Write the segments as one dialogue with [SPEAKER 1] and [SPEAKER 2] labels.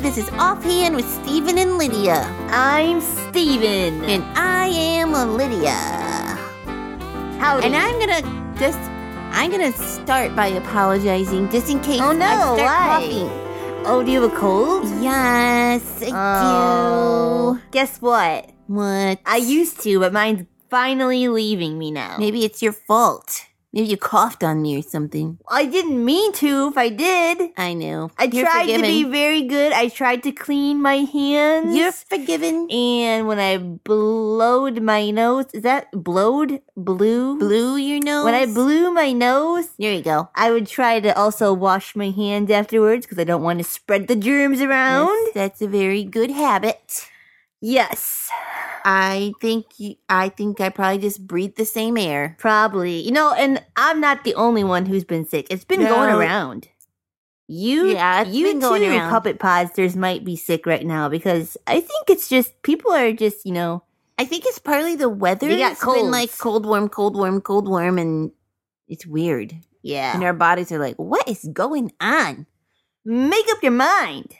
[SPEAKER 1] This is Offhand with Steven and Lydia.
[SPEAKER 2] I'm Steven.
[SPEAKER 1] And I am a Lydia.
[SPEAKER 2] Howdy.
[SPEAKER 1] And I'm gonna just, I'm gonna start by apologizing just in case
[SPEAKER 2] Oh, no,
[SPEAKER 1] I start
[SPEAKER 2] why?
[SPEAKER 1] coughing.
[SPEAKER 2] oh, do you have a cold?
[SPEAKER 1] Yes, I
[SPEAKER 2] Oh. Guess what?
[SPEAKER 1] do. What?
[SPEAKER 2] I used to, but mine's finally leaving me now.
[SPEAKER 1] Maybe it's your fault. Maybe you coughed on me or something.
[SPEAKER 2] I didn't mean to. If I did,
[SPEAKER 1] I know.
[SPEAKER 2] I
[SPEAKER 1] You're
[SPEAKER 2] tried
[SPEAKER 1] forgiven.
[SPEAKER 2] to be very good. I tried to clean my hands.
[SPEAKER 1] You're forgiven.
[SPEAKER 2] And when I blowed my nose, is that blowed? Blew?
[SPEAKER 1] Blew your nose.
[SPEAKER 2] When I blew my nose,
[SPEAKER 1] There you go.
[SPEAKER 2] I would try to also wash my hands afterwards because I don't want to spread the germs around.
[SPEAKER 1] Yes, that's a very good habit.
[SPEAKER 2] Yes.
[SPEAKER 1] I think you, I think I probably just breathe the same air.
[SPEAKER 2] Probably. You know, and I'm not the only one who's been sick. It's been
[SPEAKER 1] No.
[SPEAKER 2] going around. You,
[SPEAKER 1] Yeah, it's
[SPEAKER 2] you
[SPEAKER 1] been going
[SPEAKER 2] too,
[SPEAKER 1] around.
[SPEAKER 2] puppet podsters might be sick right now because I think it's just people are just you know
[SPEAKER 1] I think it's partly the weather.
[SPEAKER 2] They got
[SPEAKER 1] It's been like
[SPEAKER 2] colds.
[SPEAKER 1] cold, warm, cold, warm, cold, warm, and it's weird. And
[SPEAKER 2] yeah
[SPEAKER 1] our bodies are like, what is going on?
[SPEAKER 2] make up your mind.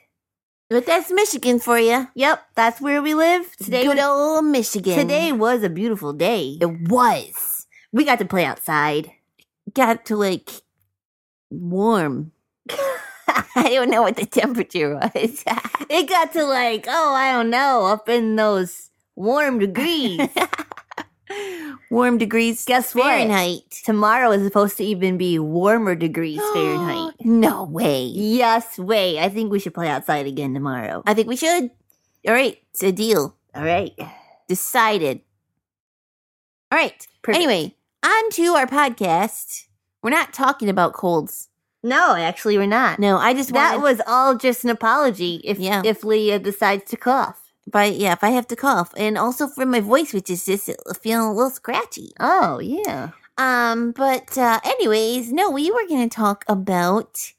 [SPEAKER 1] But that's Michigan for you.
[SPEAKER 2] Yep, that's where we live today.
[SPEAKER 1] Good old Michigan.
[SPEAKER 2] today was a beautiful day.
[SPEAKER 1] it was
[SPEAKER 2] We got to play outside.
[SPEAKER 1] got to like warm. I don't know what the temperature was.
[SPEAKER 2] It got to like oh I don't know up in those warm degrees.
[SPEAKER 1] warm degrees.
[SPEAKER 2] Guess what?
[SPEAKER 1] Fahrenheit.
[SPEAKER 2] Tomorrow is supposed to even be warmer degrees Fahrenheit.
[SPEAKER 1] no way.
[SPEAKER 2] Yes, wait. I think we should play outside again tomorrow.
[SPEAKER 1] I think we should. All right, it's a deal.
[SPEAKER 2] All right.
[SPEAKER 1] Decided. All right.
[SPEAKER 2] Perfect.
[SPEAKER 1] Anyway, on to our podcast. We're not talking about colds.
[SPEAKER 2] No, actually, we're not.
[SPEAKER 1] No, I just
[SPEAKER 2] that
[SPEAKER 1] wanted,
[SPEAKER 2] was all just an apology. If
[SPEAKER 1] Yeah.
[SPEAKER 2] if Leah decides to cough.
[SPEAKER 1] if I, yeah, if I have to cough, and also for my voice, which is just feeling a little scratchy.
[SPEAKER 2] Oh yeah.
[SPEAKER 1] Um, but uh, anyways, no, we were going to talk about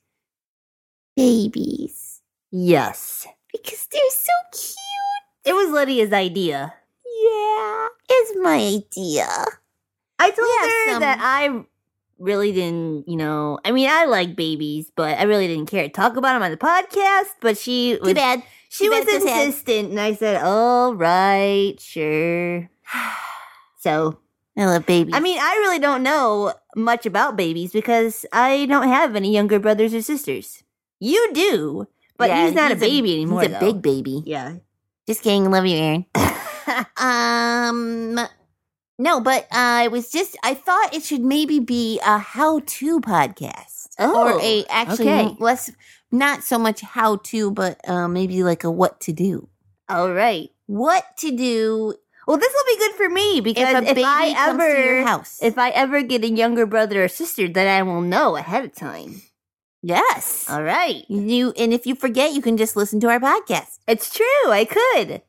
[SPEAKER 1] babies
[SPEAKER 2] Yes.
[SPEAKER 1] because they're so cute.
[SPEAKER 2] It was Lydia's idea.
[SPEAKER 1] Yeah, it's my idea.
[SPEAKER 2] I told
[SPEAKER 1] have
[SPEAKER 2] her
[SPEAKER 1] some.
[SPEAKER 2] that I really didn't. You know, I mean, I like babies, but I really didn't care to talk about them on the podcast. But she
[SPEAKER 1] Too
[SPEAKER 2] was
[SPEAKER 1] bad.
[SPEAKER 2] she
[SPEAKER 1] too
[SPEAKER 2] was
[SPEAKER 1] bad it just had-
[SPEAKER 2] insistent, and I said, "All right, sure." So
[SPEAKER 1] I love babies.
[SPEAKER 2] I mean, I really don't know much about babies because I don't have any younger brothers or sisters. You do, but
[SPEAKER 1] Yeah,
[SPEAKER 2] he's not
[SPEAKER 1] he's
[SPEAKER 2] a baby anymore.
[SPEAKER 1] He's a
[SPEAKER 2] though.
[SPEAKER 1] big baby.
[SPEAKER 2] yeah.
[SPEAKER 1] Just kidding. Love you, Aaron. Um, no, but uh, it was just I thought it should maybe be a how-to podcast or
[SPEAKER 2] Oh,
[SPEAKER 1] a actually
[SPEAKER 2] okay.
[SPEAKER 1] less not so much how-to, but uh, maybe like a what to do.
[SPEAKER 2] All right.
[SPEAKER 1] What to do
[SPEAKER 2] Well, this will be good for me
[SPEAKER 1] if
[SPEAKER 2] because
[SPEAKER 1] a
[SPEAKER 2] if,
[SPEAKER 1] baby
[SPEAKER 2] I
[SPEAKER 1] comes to your
[SPEAKER 2] ever
[SPEAKER 1] house?
[SPEAKER 2] if I ever get a younger brother or sister, then I will know ahead of time.
[SPEAKER 1] yes,
[SPEAKER 2] All right.
[SPEAKER 1] you and if you forget, you can just listen to our podcast.
[SPEAKER 2] It's true. I could.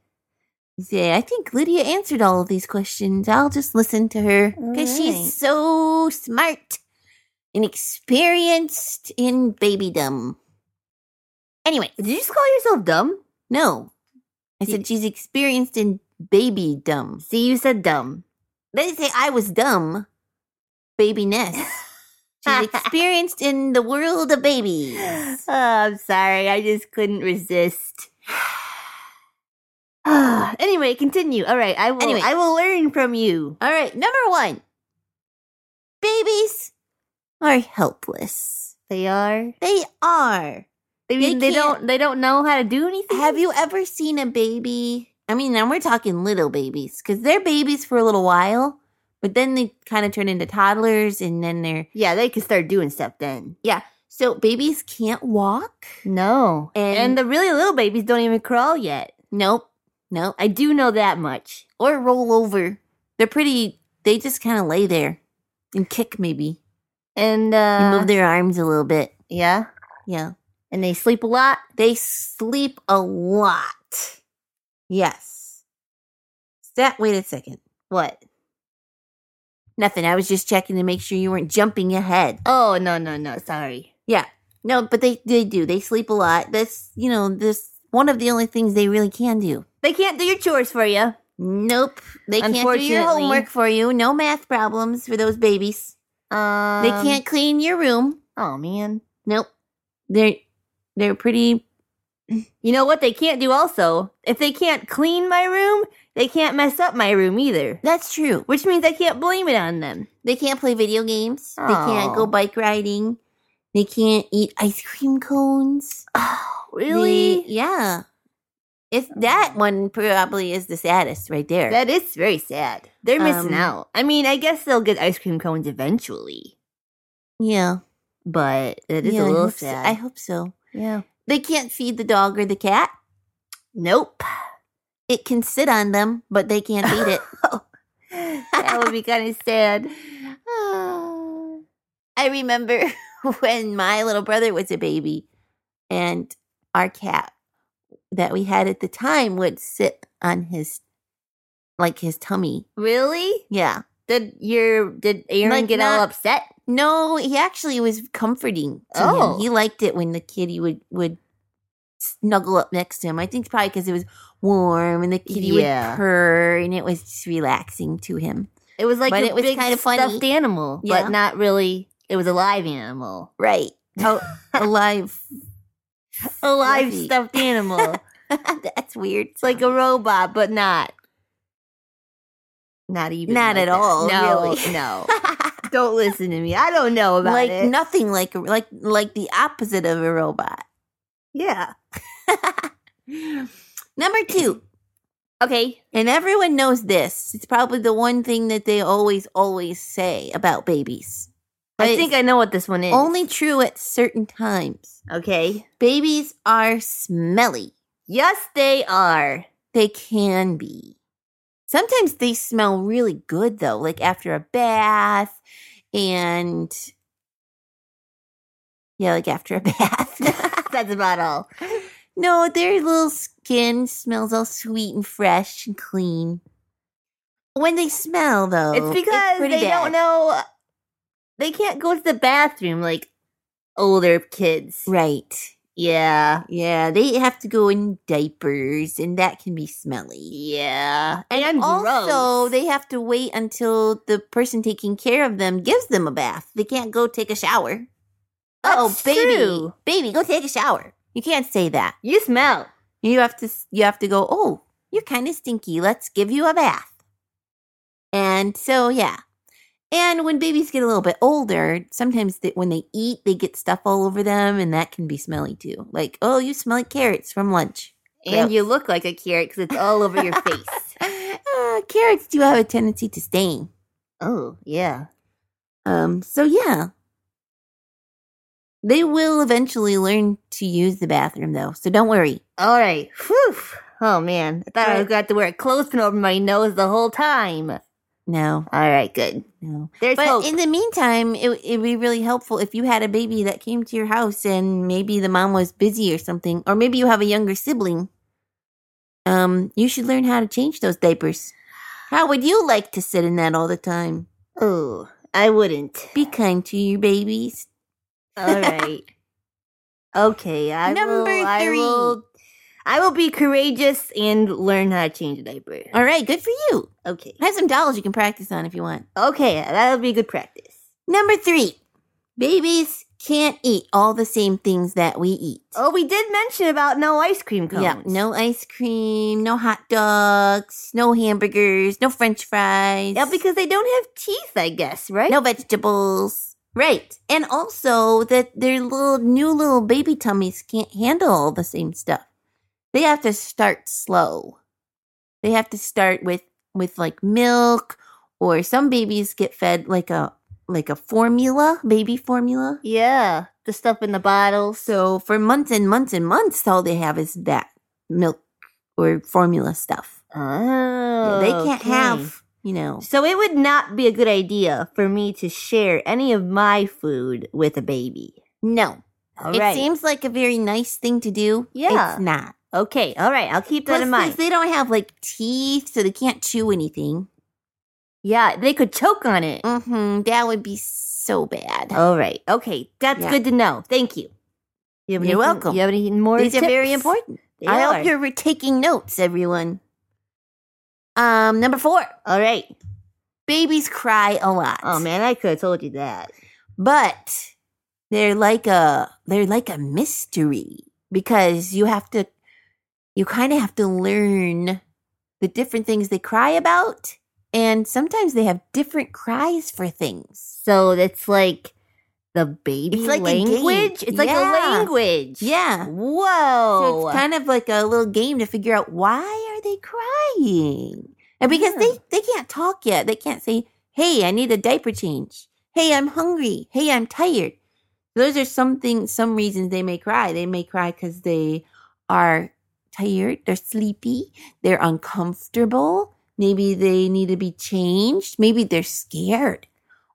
[SPEAKER 1] You say, I think Lydia answered all of these questions. I'll just listen to her because
[SPEAKER 2] Alright.
[SPEAKER 1] she's so smart and experienced in babydom. Anyway,
[SPEAKER 2] Did you just call yourself dumb?
[SPEAKER 1] no. I
[SPEAKER 2] Did-
[SPEAKER 1] said she's experienced in baby dumb.
[SPEAKER 2] See, you said dumb.
[SPEAKER 1] They didn't say I was dumb. Babyness. she's experienced in the world of
[SPEAKER 2] Oh,
[SPEAKER 1] babies.
[SPEAKER 2] I'm sorry. I just couldn't resist. anyway, continue. All right, I will.
[SPEAKER 1] Anyway.
[SPEAKER 2] I will learn from you.
[SPEAKER 1] All right, number one. Babies are helpless.
[SPEAKER 2] They are.
[SPEAKER 1] They are.
[SPEAKER 2] They mean they,
[SPEAKER 1] They
[SPEAKER 2] don't. They don't know how to do anything.
[SPEAKER 1] Have you ever seen a baby? I mean, now we're talking little babies because they're babies for a little while, but then they kind of turn into toddlers and then they're.
[SPEAKER 2] Yeah, they can start doing stuff then.
[SPEAKER 1] So babies can't walk.
[SPEAKER 2] No, and,
[SPEAKER 1] And-
[SPEAKER 2] the really little babies don't even crawl yet.
[SPEAKER 1] Nope. Nope.
[SPEAKER 2] I do know that much.
[SPEAKER 1] Or roll over. They're pretty. They just kind of lay there and kick maybe.
[SPEAKER 2] And uh,
[SPEAKER 1] And move their arms a little bit.
[SPEAKER 2] yeah,
[SPEAKER 1] Yeah.
[SPEAKER 2] and they sleep a lot.
[SPEAKER 1] They sleep a lot. Yes. That, wait a second.
[SPEAKER 2] What?
[SPEAKER 1] Nothing. I was just checking to make sure you weren't jumping ahead.
[SPEAKER 2] Oh no no no! Sorry.
[SPEAKER 1] No, but they they do. They sleep a lot. That's you know this one of the only things they really can do.
[SPEAKER 2] They can't do your chores for you.
[SPEAKER 1] Nope, they can't do your
[SPEAKER 2] Unfortunately.
[SPEAKER 1] homework for you. No math problems for those babies.
[SPEAKER 2] Um,
[SPEAKER 1] they can't clean your room.
[SPEAKER 2] Oh man.
[SPEAKER 1] Nope, they're they're pretty
[SPEAKER 2] You know what they can't do also? If they can't clean my room, they can't mess up my room either.
[SPEAKER 1] That's true.
[SPEAKER 2] Which means I can't blame it on them.
[SPEAKER 1] They can't play video games. They can't go
[SPEAKER 2] Oh.
[SPEAKER 1] bike riding. They can't eat ice cream cones.
[SPEAKER 2] Oh,
[SPEAKER 1] They-
[SPEAKER 2] really? Oh.
[SPEAKER 1] yeah. It's that one probably is the saddest right there.
[SPEAKER 2] That is very sad. They're missing
[SPEAKER 1] Um,
[SPEAKER 2] out. I mean, I guess they'll get ice cream cones eventually,
[SPEAKER 1] yeah.
[SPEAKER 2] but it is
[SPEAKER 1] Yeah,
[SPEAKER 2] a
[SPEAKER 1] I
[SPEAKER 2] little
[SPEAKER 1] hope so-
[SPEAKER 2] sad.
[SPEAKER 1] I hope so.
[SPEAKER 2] yeah.
[SPEAKER 1] They can't feed the dog or the cat.
[SPEAKER 2] Nope.
[SPEAKER 1] It can sit on them, but they can't feed it.
[SPEAKER 2] that would be kind of sad.
[SPEAKER 1] Ah. I remember when my little brother was a baby and our cat that we had at the time would sit on his like his tummy.
[SPEAKER 2] Really?
[SPEAKER 1] Yeah.
[SPEAKER 2] Did your did Aaron
[SPEAKER 1] Like
[SPEAKER 2] get all
[SPEAKER 1] not-
[SPEAKER 2] upset?
[SPEAKER 1] No, he actually was comforting to
[SPEAKER 2] Oh.
[SPEAKER 1] him. He liked it when the kitty would would snuggle up next to him. I think probably because it was warm and the kitty
[SPEAKER 2] Yeah.
[SPEAKER 1] would purr and it was just relaxing to him.
[SPEAKER 2] It was like
[SPEAKER 1] But
[SPEAKER 2] a
[SPEAKER 1] it was
[SPEAKER 2] big
[SPEAKER 1] kinda funny.
[SPEAKER 2] stuffed animal,
[SPEAKER 1] Yeah.
[SPEAKER 2] but not really. It was a live animal,
[SPEAKER 1] Right. Oh, alive.
[SPEAKER 2] a live
[SPEAKER 1] Fluffy.
[SPEAKER 2] stuffed animal.
[SPEAKER 1] That's weird.
[SPEAKER 2] it's like a robot, but not. Not even.
[SPEAKER 1] Not
[SPEAKER 2] like
[SPEAKER 1] at
[SPEAKER 2] that.
[SPEAKER 1] all,
[SPEAKER 2] No,
[SPEAKER 1] really.
[SPEAKER 2] no. don't listen to me. I don't know about
[SPEAKER 1] like
[SPEAKER 2] it.
[SPEAKER 1] nothing like a- like like the opposite of a robot.
[SPEAKER 2] yeah.
[SPEAKER 1] Number 2.
[SPEAKER 2] Okay.
[SPEAKER 1] And everyone knows this. It's probably the one thing that they always always say about babies. But
[SPEAKER 2] I think I know what this one is.
[SPEAKER 1] it's only true at certain times.
[SPEAKER 2] Okay.
[SPEAKER 1] Babies are smelly.
[SPEAKER 2] Yes, they are.
[SPEAKER 1] They can be. Sometimes they smell really good though, like after a bath and yeah, like after a bath.
[SPEAKER 2] That's about all.
[SPEAKER 1] No, their little skin smells all sweet and fresh and clean. When they smell, though,
[SPEAKER 2] Oh, it's because
[SPEAKER 1] pretty
[SPEAKER 2] they
[SPEAKER 1] bad.
[SPEAKER 2] don't know. They can't go to the bathroom like older kids.
[SPEAKER 1] Right.
[SPEAKER 2] Yeah.
[SPEAKER 1] Yeah, they have to go in diapers, and that can be smelly.
[SPEAKER 2] Yeah. And,
[SPEAKER 1] Also,
[SPEAKER 2] gross.
[SPEAKER 1] they have to wait until the person taking care of them gives them a bath. They can't go take a shower. Oh,
[SPEAKER 2] That's
[SPEAKER 1] baby,
[SPEAKER 2] true.
[SPEAKER 1] baby, go take a shower. You can't say that.
[SPEAKER 2] You smell.
[SPEAKER 1] You have to s- you have to go, "Oh, you're kind of stinky. Let's give you a bath." And so, yeah. And when babies get a little bit older, sometimes they, when they eat, they get stuff all over them and that can be smelly too. Like, "Oh, you smell like carrots from lunch."
[SPEAKER 2] And
[SPEAKER 1] Gross.
[SPEAKER 2] you look like a carrot because it's all over your face.
[SPEAKER 1] Uh, carrots do have a tendency to stain.
[SPEAKER 2] Oh, yeah.
[SPEAKER 1] Um, so yeah. They will eventually learn to use the bathroom though. So don't worry.
[SPEAKER 2] All right. Whew. Oh, man. I thought I
[SPEAKER 1] Right.
[SPEAKER 2] was going to have to wear a clothespin over my nose the whole time. All
[SPEAKER 1] No,
[SPEAKER 2] right, good.
[SPEAKER 1] no.
[SPEAKER 2] There's
[SPEAKER 1] But
[SPEAKER 2] hope.
[SPEAKER 1] in the meantime, it would be really helpful if you had a baby that came to your house and maybe the mom was busy or something, or maybe you have a younger sibling. Um, you should learn how to change those diapers. How would you like to sit in that all the time?
[SPEAKER 2] oh, I wouldn't.
[SPEAKER 1] Be kind to your babies.
[SPEAKER 2] All right. Okay, I
[SPEAKER 1] Number
[SPEAKER 2] will. I
[SPEAKER 1] three.
[SPEAKER 2] will. I will be courageous and learn how to change a diaper.
[SPEAKER 1] All right, good for you.
[SPEAKER 2] Okay.
[SPEAKER 1] I have some dolls you can practice on if you want.
[SPEAKER 2] Okay, that'll be good practice.
[SPEAKER 1] Number three, babies can't eat all the same things that we eat.
[SPEAKER 2] Oh, we did mention about no ice cream cones.
[SPEAKER 1] Yeah, no ice cream, no hot dogs, no hamburgers, no french fries.
[SPEAKER 2] Yeah, because they don't have teeth, I guess, right?
[SPEAKER 1] no vegetables. Right. And also that their little new little baby tummies can't handle all the same stuff. They have to start slow. They have to start with with like milk or some babies get fed like a like a formula, baby formula.
[SPEAKER 2] Yeah, the stuff in the bottles.
[SPEAKER 1] So for months and months and months all they have is that milk or formula stuff.
[SPEAKER 2] Oh,
[SPEAKER 1] they can't
[SPEAKER 2] okay.
[SPEAKER 1] have, you know.
[SPEAKER 2] So it would not be a good idea for me to share any of my food with a baby.
[SPEAKER 1] No.
[SPEAKER 2] All right.
[SPEAKER 1] it seems like a very nice thing to do.
[SPEAKER 2] Yeah.
[SPEAKER 1] It's not.
[SPEAKER 2] okay. All right. I'll keep that
[SPEAKER 1] Plus,
[SPEAKER 2] in
[SPEAKER 1] since
[SPEAKER 2] mind.
[SPEAKER 1] they don't have like teeth, so they can't chew anything.
[SPEAKER 2] yeah, they could choke on it.
[SPEAKER 1] hmm That would be so bad.
[SPEAKER 2] All right. Okay. That's
[SPEAKER 1] Yeah.
[SPEAKER 2] good to know. Thank you. you
[SPEAKER 1] You're
[SPEAKER 2] have anything-
[SPEAKER 1] welcome.
[SPEAKER 2] You have any more?
[SPEAKER 1] These are very
[SPEAKER 2] tips?
[SPEAKER 1] important.
[SPEAKER 2] They
[SPEAKER 1] I
[SPEAKER 2] are.
[SPEAKER 1] hope you're re- taking notes, everyone. Um, number four,
[SPEAKER 2] All right.
[SPEAKER 1] babies cry a lot.
[SPEAKER 2] Oh man, I could have told you that.
[SPEAKER 1] But they're like a they're like a mystery. because you have to, you kind of have to learn the different things they cry about. And sometimes they have different cries for things.
[SPEAKER 2] So that's like the baby
[SPEAKER 1] It's like a
[SPEAKER 2] language.
[SPEAKER 1] game.
[SPEAKER 2] It's like
[SPEAKER 1] Yeah.
[SPEAKER 2] a language.
[SPEAKER 1] Yeah. So
[SPEAKER 2] Whoa.
[SPEAKER 1] it's kind of like a little game to figure out why are they crying? And because
[SPEAKER 2] Yeah.
[SPEAKER 1] they, they can't talk yet. They can't say, Hey, I need a diaper change. Hey, I'm hungry. Hey, I'm tired. Those are something some reasons they may cry. They may cry because they are tired, they're sleepy, they're uncomfortable. Maybe they need to be changed. Maybe they're scared.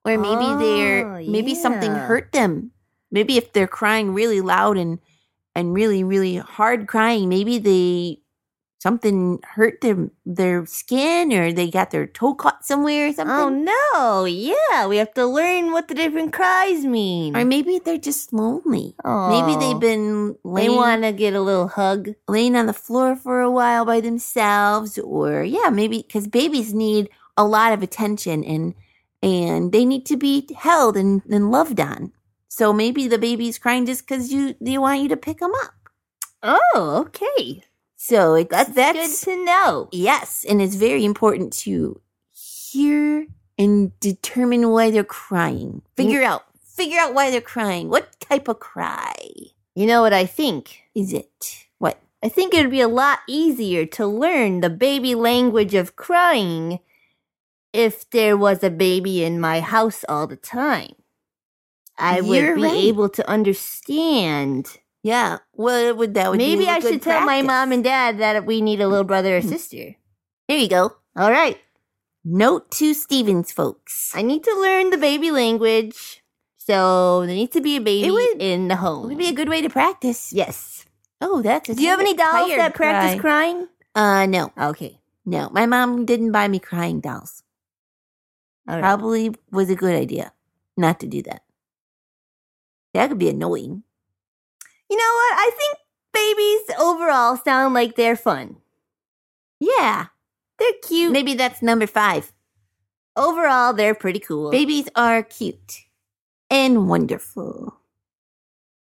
[SPEAKER 1] Or maybe they're
[SPEAKER 2] Oh,
[SPEAKER 1] maybe something
[SPEAKER 2] yeah.
[SPEAKER 1] hurt them. Maybe if they're crying really loud and and really really hard crying maybe they something hurt their their skin or they got their toe caught somewhere or
[SPEAKER 2] oh
[SPEAKER 1] something
[SPEAKER 2] no. Yeah. We have to learn what the different cries mean.
[SPEAKER 1] or maybe they're just lonely
[SPEAKER 2] Aw.
[SPEAKER 1] maybe they've been
[SPEAKER 2] Oh. They
[SPEAKER 1] laying,
[SPEAKER 2] want to get a little hug.
[SPEAKER 1] laying on the floor for a while by themselves or yeah maybe because babies need a lot of attention and and they need to be held and, and loved on so maybe the baby's crying just because you they want you to pick them up
[SPEAKER 2] Oh, okay.
[SPEAKER 1] so it's,
[SPEAKER 2] That's,
[SPEAKER 1] that's
[SPEAKER 2] good to know.
[SPEAKER 1] Yes, and it's very important to hear and determine why they're crying. Figure out, figure out why they're crying. What type of cry
[SPEAKER 2] You know what I think?
[SPEAKER 1] is it? What?
[SPEAKER 2] I think it would be a lot easier to learn the baby language of crying if there was a baby in my house all the time. I
[SPEAKER 1] You're
[SPEAKER 2] would be
[SPEAKER 1] right.
[SPEAKER 2] able to understand.
[SPEAKER 1] Yeah. What would that would be
[SPEAKER 2] Maybe I
[SPEAKER 1] good
[SPEAKER 2] should tell my
[SPEAKER 1] practice. Hmm.
[SPEAKER 2] mom and dad that we need a little brother or sister.
[SPEAKER 1] There you go.
[SPEAKER 2] All right.
[SPEAKER 1] Note to Stevens, folks.
[SPEAKER 2] I need to learn the baby language. So there needs to be a baby
[SPEAKER 1] would-
[SPEAKER 2] in the home.
[SPEAKER 1] It would be a good way to practice.
[SPEAKER 2] yes.
[SPEAKER 1] Oh, that's. A
[SPEAKER 2] Do you have any dolls
[SPEAKER 1] tired
[SPEAKER 2] that
[SPEAKER 1] cry.
[SPEAKER 2] practice crying?
[SPEAKER 1] Uh, no,
[SPEAKER 2] Okay.
[SPEAKER 1] no. My mom didn't buy me crying dolls.
[SPEAKER 2] All right.
[SPEAKER 1] Probably was a good idea not to do that. That could be annoying.
[SPEAKER 2] You know what? I think babies overall sound like they're fun.
[SPEAKER 1] Yeah.
[SPEAKER 2] They're cute.
[SPEAKER 1] Maybe that's number five.
[SPEAKER 2] Overall, they're pretty cool.
[SPEAKER 1] Babies are cute and wonderful.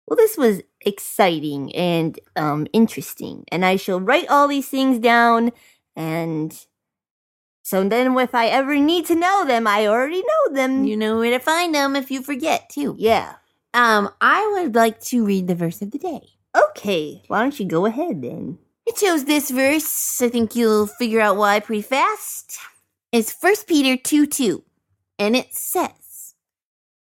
[SPEAKER 2] Well, this was exciting and um, interesting, and I shall write all these things down. And so then, if I ever need to know them, I already know them.
[SPEAKER 1] You know where to find them if you forget too.
[SPEAKER 2] yeah.
[SPEAKER 1] Um, I would like to read the verse of the day.
[SPEAKER 2] Okay. Why don't you go ahead then?
[SPEAKER 1] I chose this verse. I think you'll figure out why pretty fast. It's 1 Peter 2 2, and it says,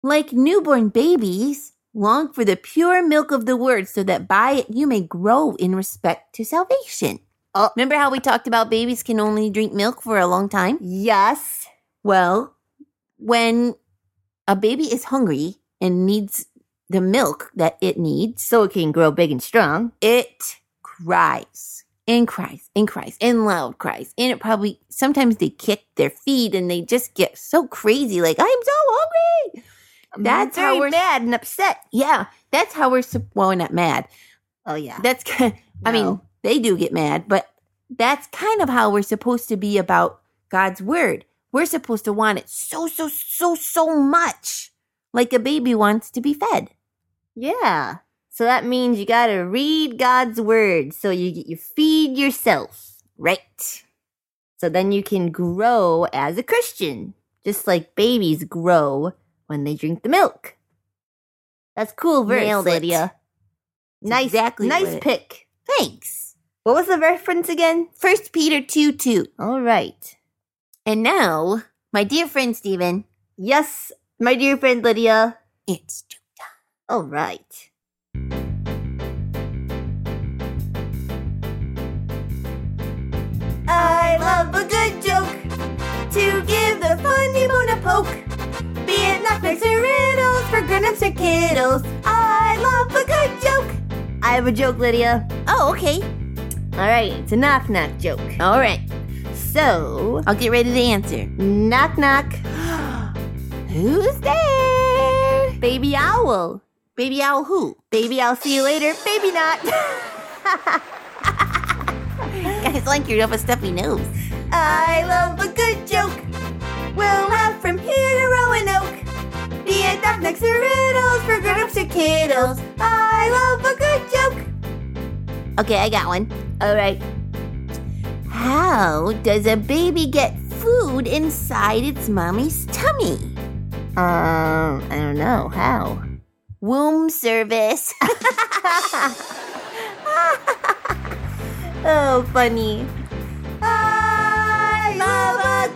[SPEAKER 1] Like newborn babies, long for the pure milk of the word, so that by it you may grow in respect to salvation.
[SPEAKER 2] Oh.
[SPEAKER 1] Remember how we talked about babies can only drink milk for a long time?
[SPEAKER 2] Yes.
[SPEAKER 1] Well, when a baby is hungry and needs the milk that it needs,
[SPEAKER 2] So it can grow big and strong.
[SPEAKER 1] it cries and cries and cries and loud cries. And it probably sometimes they kick their feet and they just get so crazy, like, I'm so hungry. That's how
[SPEAKER 2] very
[SPEAKER 1] we're-
[SPEAKER 2] mad and upset.
[SPEAKER 1] Yeah, that's how we're, sup- well, we're not mad.
[SPEAKER 2] Oh yeah.
[SPEAKER 1] That's, ki- I mean,
[SPEAKER 2] No.
[SPEAKER 1] they do get mad, but that's kind of how we're supposed to be about God's word. We're supposed to want it so, so, so, so much, like a baby wants to be fed.
[SPEAKER 2] Yeah. So that means you gotta read God's word so you you feed yourself.
[SPEAKER 1] Right.
[SPEAKER 2] So then you can grow as a Christian, just like babies grow when they drink the milk. That's cool verse,
[SPEAKER 1] Nailed it.
[SPEAKER 2] Lydia.
[SPEAKER 1] That's
[SPEAKER 2] Nice,
[SPEAKER 1] exactly
[SPEAKER 2] nice
[SPEAKER 1] what it-
[SPEAKER 2] pick.
[SPEAKER 1] Thanks.
[SPEAKER 2] What was the reference again?
[SPEAKER 1] First Peter 2 2.
[SPEAKER 2] All right.
[SPEAKER 1] And now, my dear friend Stephen,
[SPEAKER 2] Yes, my dear friend Lydia.
[SPEAKER 1] it's
[SPEAKER 2] All right. I love a good joke to give the funny bone a poke. Be it knockbacks or riddles for grown-ups or kiddles. I love a good joke. I have a joke, Lydia.
[SPEAKER 1] Oh, okay.
[SPEAKER 2] All right, it's a knock-knock joke.
[SPEAKER 1] All right.
[SPEAKER 2] So,
[SPEAKER 1] I'll get ready to answer.
[SPEAKER 2] knock-knock,
[SPEAKER 1] Who's there?
[SPEAKER 2] baby owl.
[SPEAKER 1] Baby owl who?
[SPEAKER 2] Baby, I'll see you later. Baby, not.
[SPEAKER 1] Guys like your a stuffy nose.
[SPEAKER 2] I love a good joke. We'll laugh from here to Roanoke. Be it knock knocks or riddles for grown-ups or kiddles. I love a good joke.
[SPEAKER 1] Okay, I got one.
[SPEAKER 2] All right.
[SPEAKER 1] How does a baby get food inside its mommy's tummy?
[SPEAKER 2] Um, I don't know how.
[SPEAKER 1] Womb service.
[SPEAKER 2] Oh, funny.
[SPEAKER 1] I love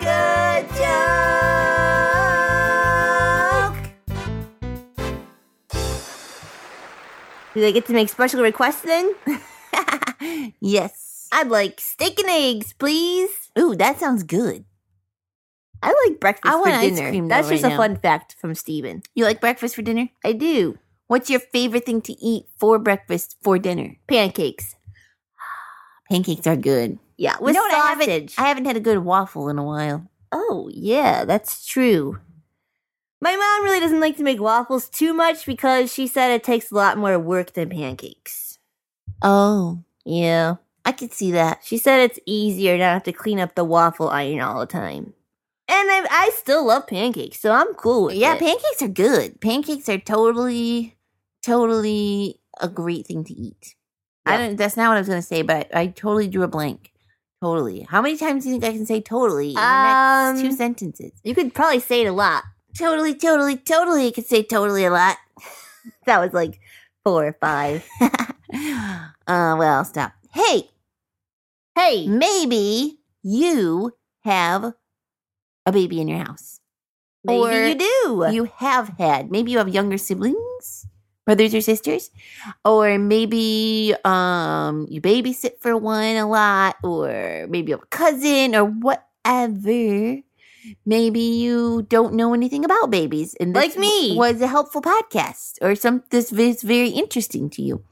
[SPEAKER 1] a good joke.
[SPEAKER 2] Do they get to make special requests then?
[SPEAKER 1] Yes.
[SPEAKER 2] I'd like steak and eggs, please.
[SPEAKER 1] Ooh, that sounds good.
[SPEAKER 2] I like breakfast
[SPEAKER 1] I
[SPEAKER 2] for
[SPEAKER 1] want ice
[SPEAKER 2] dinner.
[SPEAKER 1] cream, though,
[SPEAKER 2] That's just
[SPEAKER 1] right
[SPEAKER 2] a
[SPEAKER 1] now.
[SPEAKER 2] fun fact from Steven.
[SPEAKER 1] You like breakfast for dinner?
[SPEAKER 2] I do.
[SPEAKER 1] What's your favorite thing to eat for breakfast for dinner?
[SPEAKER 2] Pancakes.
[SPEAKER 1] Pancakes are good.
[SPEAKER 2] Yeah, with
[SPEAKER 1] know what I haven't-
[SPEAKER 2] sausage.
[SPEAKER 1] I haven't had a good waffle in a while.
[SPEAKER 2] Oh, yeah, that's true. My mom really doesn't like to make waffles too much because she said it takes a lot more work than pancakes.
[SPEAKER 1] Oh,
[SPEAKER 2] Yeah.
[SPEAKER 1] I could see that.
[SPEAKER 2] She said it's easier not to have to clean up the waffle iron all the time. And I, I still love pancakes, so I'm cool with
[SPEAKER 1] Yeah,
[SPEAKER 2] it.
[SPEAKER 1] pancakes are good. Pancakes are totally, totally a great thing to eat. I
[SPEAKER 2] Yeah.
[SPEAKER 1] don't. That's not what I was gonna say, but I, totally drew a blank. Totally. How many times do you think I can say totally in the next
[SPEAKER 2] Um,
[SPEAKER 1] two sentences?
[SPEAKER 2] you could probably say it a lot.
[SPEAKER 1] Totally, totally, totally. I could say totally a lot.
[SPEAKER 2] That was like four or five.
[SPEAKER 1] uh, well, stop. Hey,
[SPEAKER 2] Hey,
[SPEAKER 1] maybe you have a baby in your house.
[SPEAKER 2] maybe
[SPEAKER 1] or
[SPEAKER 2] you do.
[SPEAKER 1] You have had. Maybe you have younger siblings, brothers or sisters, or maybe um you babysit for one a lot, or maybe you have a cousin or whatever. Maybe you don't know anything about babies, and this
[SPEAKER 2] Like me.
[SPEAKER 1] was a helpful podcast or some this is very interesting to you.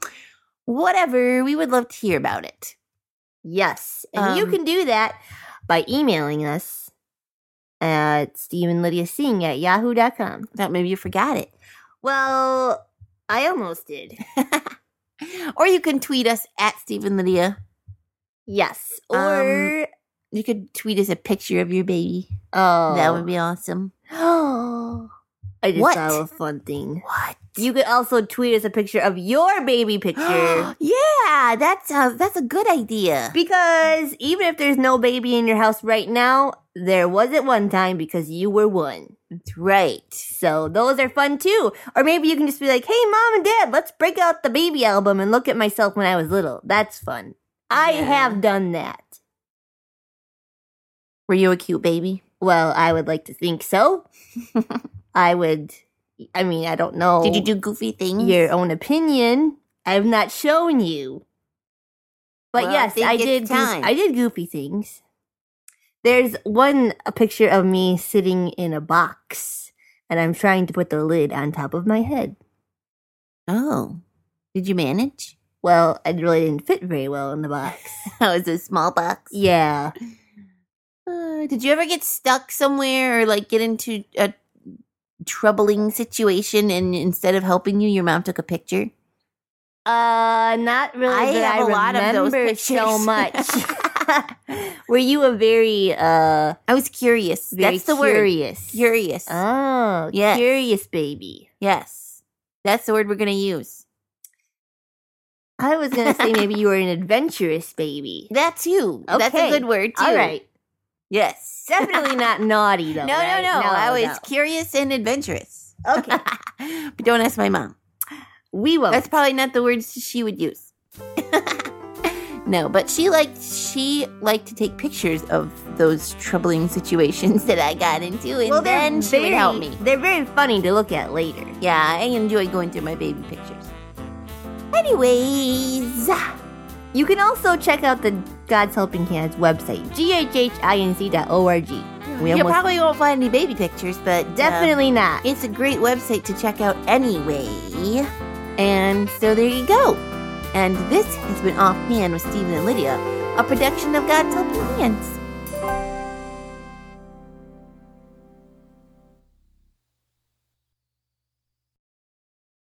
[SPEAKER 1] Whatever, we would love to hear about it.
[SPEAKER 2] Yes. And you
[SPEAKER 1] Um,
[SPEAKER 2] can do that by emailing us at StephenLydiaSing at yahoo.com.
[SPEAKER 1] Thought maybe you forgot it.
[SPEAKER 2] Well, I almost did.
[SPEAKER 1] or you can tweet us at Stephen Lydia.
[SPEAKER 2] Yes.
[SPEAKER 1] Um,
[SPEAKER 2] Or,
[SPEAKER 1] You could tweet us a picture of your baby.
[SPEAKER 2] oh.
[SPEAKER 1] That would be awesome.
[SPEAKER 2] I just
[SPEAKER 1] What?
[SPEAKER 2] thought of a fun thing.
[SPEAKER 1] What?
[SPEAKER 2] You could also tweet us a picture of your baby picture.
[SPEAKER 1] yeah, that's a, that's a good idea.
[SPEAKER 2] because even if there's no baby in your house right now, there was at one time because you were one.
[SPEAKER 1] That's right.
[SPEAKER 2] So those are fun too. Or maybe you can just be like, hey, mom and dad, let's break out the baby album and look at myself when I was little. That's fun. I
[SPEAKER 1] Yeah.
[SPEAKER 2] have done that.
[SPEAKER 1] Were you a cute baby?
[SPEAKER 2] Well, I would like to think so. I would, I mean, I don't know
[SPEAKER 1] Did you do goofy things?
[SPEAKER 2] your own opinion. I've not shown you. But
[SPEAKER 1] Well, I
[SPEAKER 2] yes,
[SPEAKER 1] think
[SPEAKER 2] I
[SPEAKER 1] it's
[SPEAKER 2] did. goof-
[SPEAKER 1] time.
[SPEAKER 2] I did goofy things. There's one a picture of me sitting in a box, and I'm trying to put the lid on top of my head.
[SPEAKER 1] Oh, did you manage?
[SPEAKER 2] Well, I really didn't fit very well in the box.
[SPEAKER 1] That was a small box.
[SPEAKER 2] yeah.
[SPEAKER 1] Uh, did you ever get stuck somewhere or like get into a troubling situation and instead of helping you, your mom took a picture?
[SPEAKER 2] Uh, not really.
[SPEAKER 1] I
[SPEAKER 2] that
[SPEAKER 1] have
[SPEAKER 2] I
[SPEAKER 1] a lot of those
[SPEAKER 2] remember so
[SPEAKER 1] pictures.
[SPEAKER 2] much. Were you a very uh
[SPEAKER 1] I was curious.
[SPEAKER 2] very
[SPEAKER 1] That's the word.
[SPEAKER 2] curious?
[SPEAKER 1] Curious. Uh.
[SPEAKER 2] Oh,
[SPEAKER 1] Yes.
[SPEAKER 2] curious baby.
[SPEAKER 1] yes. That's the word we're going to use.
[SPEAKER 2] I was gonna say maybe you were an adventurous baby.
[SPEAKER 1] That too. That's a
[SPEAKER 2] Okay.
[SPEAKER 1] good word too.
[SPEAKER 2] All right,
[SPEAKER 1] Yes.
[SPEAKER 2] definitely not naughty
[SPEAKER 1] No,
[SPEAKER 2] though.
[SPEAKER 1] no,
[SPEAKER 2] right?
[SPEAKER 1] no, I was
[SPEAKER 2] no.
[SPEAKER 1] curious and adventurous.
[SPEAKER 2] Okay. Oh.
[SPEAKER 1] but don't ask my mom.
[SPEAKER 2] We won't.
[SPEAKER 1] That's probably not the words she would use. no, but she liked she liked to take pictures of those troubling situations that I got into and
[SPEAKER 2] well, they're
[SPEAKER 1] then she would
[SPEAKER 2] very-
[SPEAKER 1] help me.
[SPEAKER 2] They're very funny to look at later.
[SPEAKER 1] Yeah, I enjoy going through my baby pictures. Anyways,
[SPEAKER 2] You can also check out the God's Helping Hands website, ghhinc.org. We
[SPEAKER 1] you
[SPEAKER 2] almost
[SPEAKER 1] probably won't find any baby pictures, but uh,
[SPEAKER 2] definitely not.
[SPEAKER 1] It's a great website to check out anyway. And so there you go. And this has been Offhand with Stephen and Lydia, a production of God's Helping Hands.